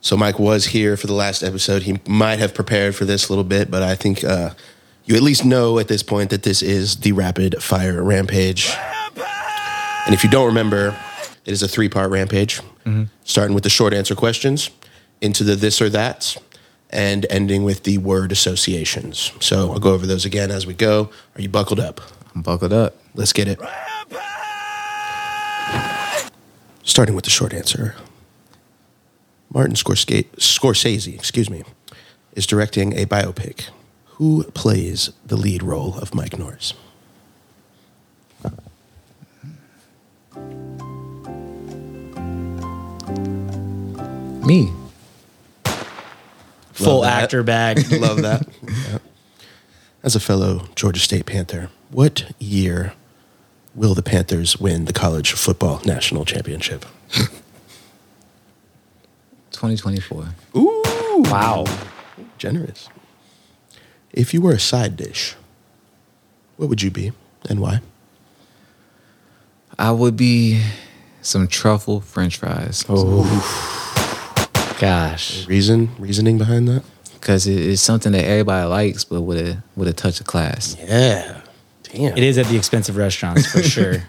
So Mike was here for the last episode. He might have prepared for this a little bit, but I think uh, you at least know at this point that this is the rapid fire rampage. And if you don't remember, it is a three part rampage, starting with the short answer questions, into the this or that, and ending with the word associations. So I'll go over those again as we go. Are you buckled up? I'm buckled up. Let's get it. Starting with the short answer. Martin Scorsese, Scorsese, excuse me, is directing a biopic. Who plays the lead role of Mike Norris? Me. Full that. actor bag. Love that. Yeah. As a fellow Georgia State Panther, what year will the Panthers win the college football national championship? 2024. Ooh, wow. generous. If you were a side dish, what would you be and why? I would be some truffle French fries. Gosh. Reason, reasoning behind that? because it, it's something that everybody likes, but with a with a touch of class. Yeah. Damn. It is at the expense of restaurants for sure.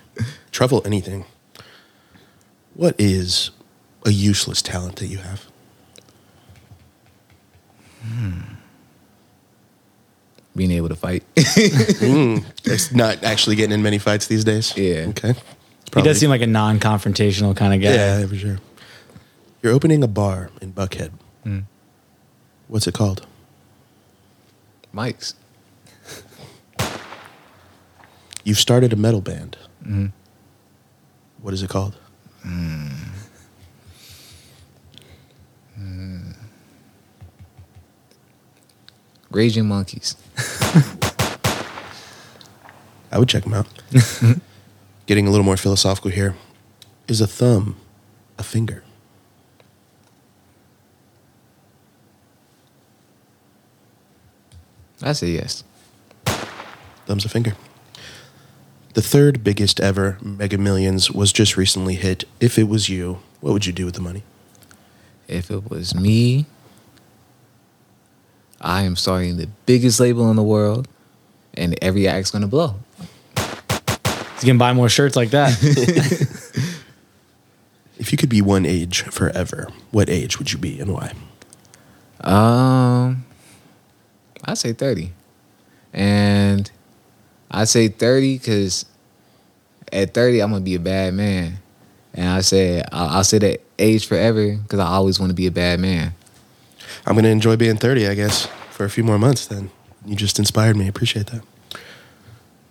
Trouble anything. What is a useless talent that you have? Being able to fight. It's not actually getting in many fights these days. Yeah. Okay. He does seem like a non confrontational kind of guy. yeah, yeah, for sure. You're opening a bar in Buckhead. What's it called? Mike's You've started a metal band. What is it called? Raging Monkeys. I would check them out. Getting a little more philosophical here. Is a thumb a finger? I say yes. Thumbs a finger. The third biggest ever Mega Millions was just recently hit. If it was you, what would you do with the money? If it was me, I am starting the biggest label in the world, and every act's gonna blow. He's going to buy more shirts like that. If you could be one age forever, what age would you be and why? Um, I say thirty, and I say thirty because at thirty I'm gonna be a bad man, and I say I'll, I'll say that age forever because I always want to be a bad man. I'm going to enjoy being 30, I guess, for a few more months then. You just inspired me. Appreciate that.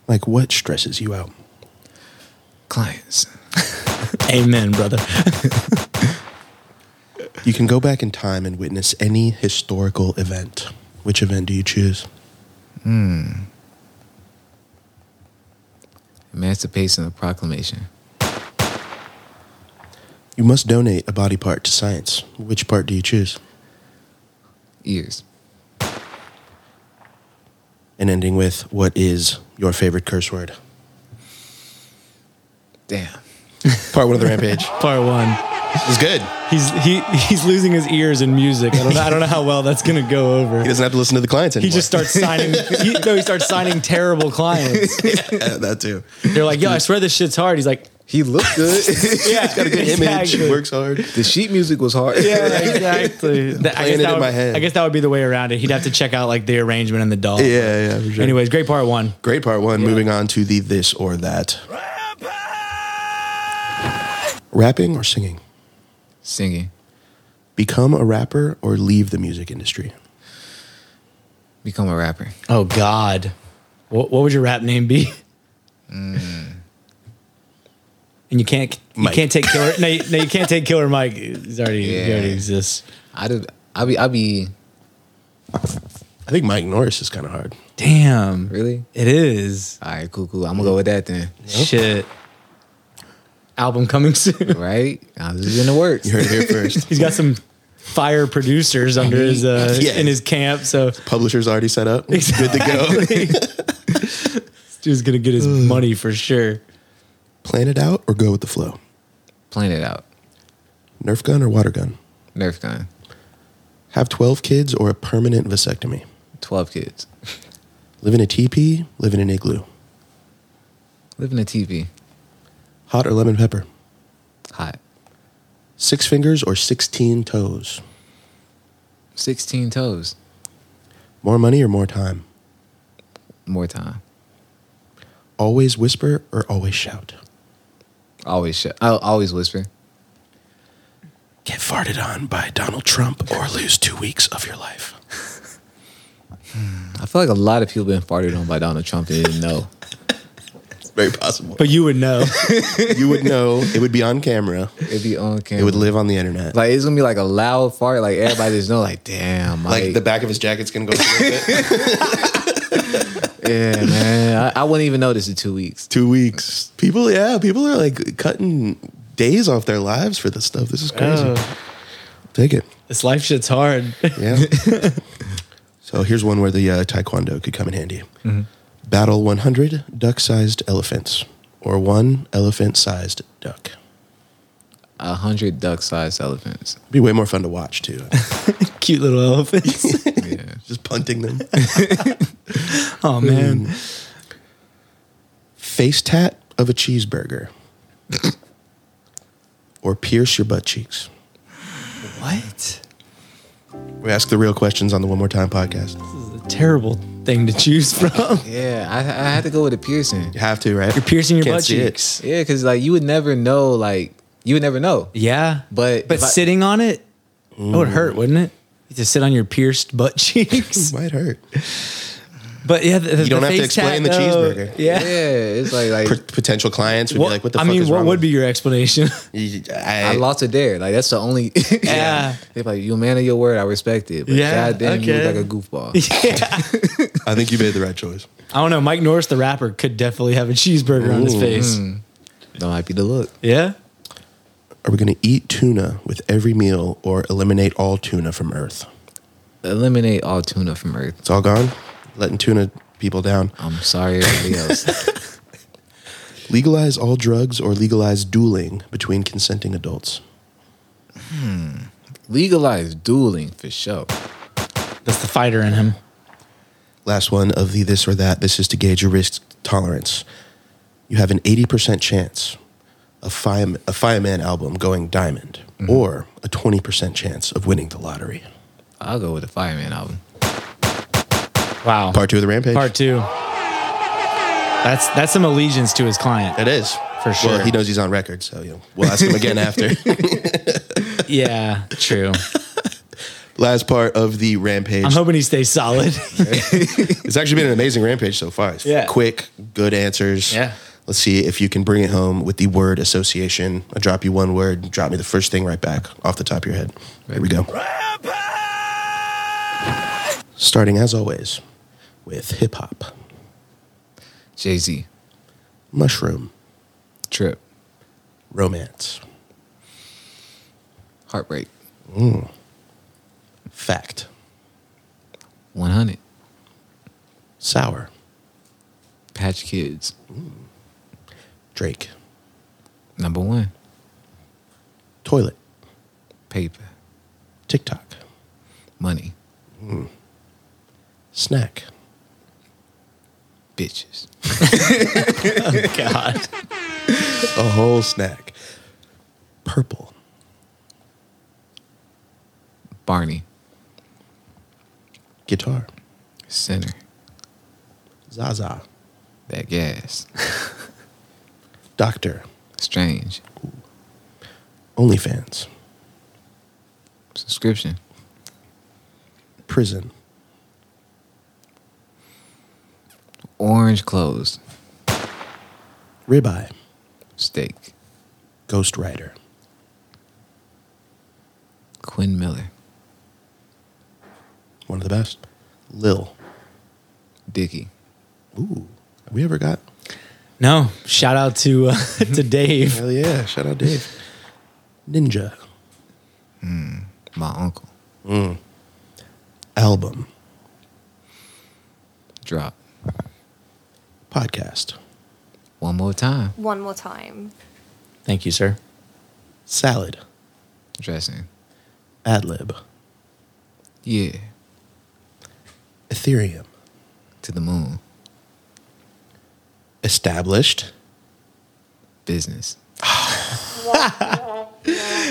Like, what stresses you out? Clients. Amen, brother. You can go back in time and witness any historical event. Which event do you choose? Emancipation of Proclamation. You must donate a body part to science. Which part do you choose? Ears. And ending with, what is your favorite curse word? Damn. Part one of the rampage. Part one. It's good. He's he he's losing his ears in music. I don't know, I don't know how well that's gonna go over. He doesn't have to listen to the clients He anymore. just starts signing. He, no, he starts signing terrible clients. Yeah, that too. They're like, "Yo, I swear this shit's hard." He's like, He looked good. "Yeah, Got a good image. exactly. Works hard. the sheet music was hard. Yeah, exactly. That- Playing I it guess that in would- my head. I guess that would be the way around it. He'd have to check out like the arrangement and the doll. Yeah, yeah. For sure. Anyways, great part one. Great part one. Moving on to the this or that. Rapping or singing? Singing. Become a rapper or leave the music industry? Become a rapper. Oh God, what, what would your rap name be? And you can't you Mike. can't take killer. No, you, no, you can't take killer Mike. He's already he Yeah. already exists. I did I be I be I think Mike Norris is kind of hard. Damn, really? It is. Alright, cool, cool. I'm gonna go with that then. Shit. Album coming soon. Right? Now this is in the works. You heard it here first. He's got some fire producers under his uh, Yeah. in his camp, so Publisher's already set up. Good to go. this dude's gonna get his money for sure. Plan it out or go with the flow? Playing it out. Nerf gun or water gun? Nerf gun. Have 12 kids or a permanent vasectomy. Twelve kids. Live in a teepee, live in an igloo. Live in a TV. Hot or lemon pepper. Hot. Six fingers or 16 toes. Sixteen toes. More money or more time. More time. Always whisper or always shout. Always shut. I always whisper. Get farted on by Donald Trump or lose two weeks of your life. I feel like a lot of people been farted on by Donald Trump and didn't know. It's very possible. But you would know. you would know it would be on camera. It'd be on camera. It would live on the internet. Like, Like it's gonna be like a loud fart. Like everybody just know. Like damn. Like, the back of his jacket's gonna go. a little bit. yeah, man. I, I wouldn't even notice in two weeks. two weeks. People, yeah, people are like cutting days off their lives for this stuff. This is crazy. Oh, Take it. this life shit's hard. Yeah. so here's one where the uh, taekwondo could come in handy. Battle 100 duck-sized elephants, or one elephant-sized duck. A hundred duck-sized elephants. Be way more fun to watch too. Cute little elephants. Yeah. Just punting them. oh man. Face tat of a cheeseburger, or pierce your butt cheeks. What? We ask the real questions on the One More Time podcast. This is a terrible thing to choose from. Yeah. I, I had to go with a piercing. You have to, right? You're piercing your Can't butt see it. cheeks. Yeah, because like you would never know. Like you would never know. Yeah. But but if I- sitting on it, it would hurt, wouldn't it? To sit on your pierced butt cheeks. Might hurt. but yeah, the, the, You don't the have to face tat, explain the though, cheeseburger. Yeah. Yeah. It's like like P- potential clients would What- be like, "What the I fuck mean, is what wrong?" would with be your explanation? you? I lost it there. Like that's the only. Yeah. They're like you a man of your word. I respect it. But Yeah, goddamn, you look okay. like a goofball. I think you made the right choice. I don't know. Mike Norris, the rapper, could definitely have a cheeseburger on his Ooh. Hmm. face. Don't might be the look. Yeah. Are we going to eat tuna with every meal or eliminate all tuna from Earth? Eliminate all tuna from Earth. It's all gone. Letting tuna people down. I'm sorry, everybody else. Legalize all drugs or legalize dueling between consenting adults. Legalize dueling for sure. That's the fighter in him. Last one of the this or that. This is to gauge your risk tolerance. You have an 80% chance of Fire, a Fireman album going diamond Mm-hmm. or a 20% chance of winning the lottery. I'll go with the Fireman album. Wow. Part two of the Rampage. Part two. That's that's some allegiance to his client. That is. For Well, sure. he knows he's on record, so you know, we'll ask him again after. Yeah, true. Last part of the Rampage. I'm hoping he stays solid. It's actually been an amazing rampage so far. It's Yeah. Quick, good answers. Yeah. Let's see if you can bring it home with the word association. I drop you one word, drop me the first thing right back off the top of your head. Here we go. Starting as always with hip hop, Jay Z, mushroom, Trip, romance, Heartbreak, fact, 100, sour, Patch Kids, Drake, number one, toilet, paper, TikTok, money, snack, bitches. God. a whole snack, purple, Barney, guitar, center, Zaza, that gas, doctor, strange, OnlyFans, subscription, prison. orange clothes, Ribeye, steak, Ghost Rider, Quinn Miller, one of the best. Lil, Dicky, ooh, have we ever got? No, shout out to uh, to Dave. Hell yeah! Shout out Dave. Ninja my uncle, album drop, podcast one more time, One more time. Thank you, sir. salad dressing, ad lib Yeah, Ethereum. to the moon. Established. Business.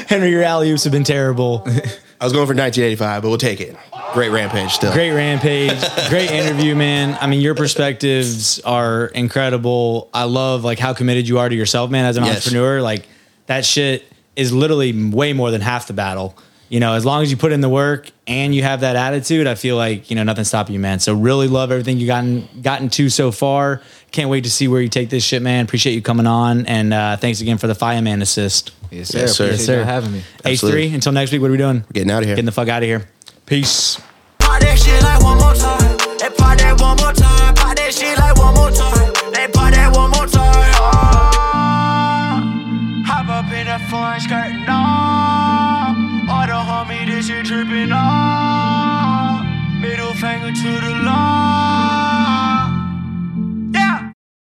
Henry, your alley oops have been terrible. I was going for 1985, but we'll take it. Great rampage still. Great rampage. Great interview, man. I mean, your perspectives are incredible. I love like how committed you are to yourself, man, as an Yes. entrepreneur. Like that shit is literally way more than half the battle. You know, as long as you put in the work and you have that attitude, I feel like, you know, nothing's stopping you, man. So really love everything you gotten gotten to so far. Can't wait to see where you take this shit, man. Appreciate you coming on and uh, thanks again for the fireman assist. Yes, sir. Yes, sir. Appreciate Yes, sir. y'all having me. Absolutely. H3, until next week, what are we doing? Getting out of here. Getting the fuck out of here. Peace. Pop that shit like one more time. They pop that one more time. Pop that shit like one more time. They pop that one more time. Oh, hop up in that foreign skirt. No. All the homie, this shit tripping. Oh, middle finger to the law.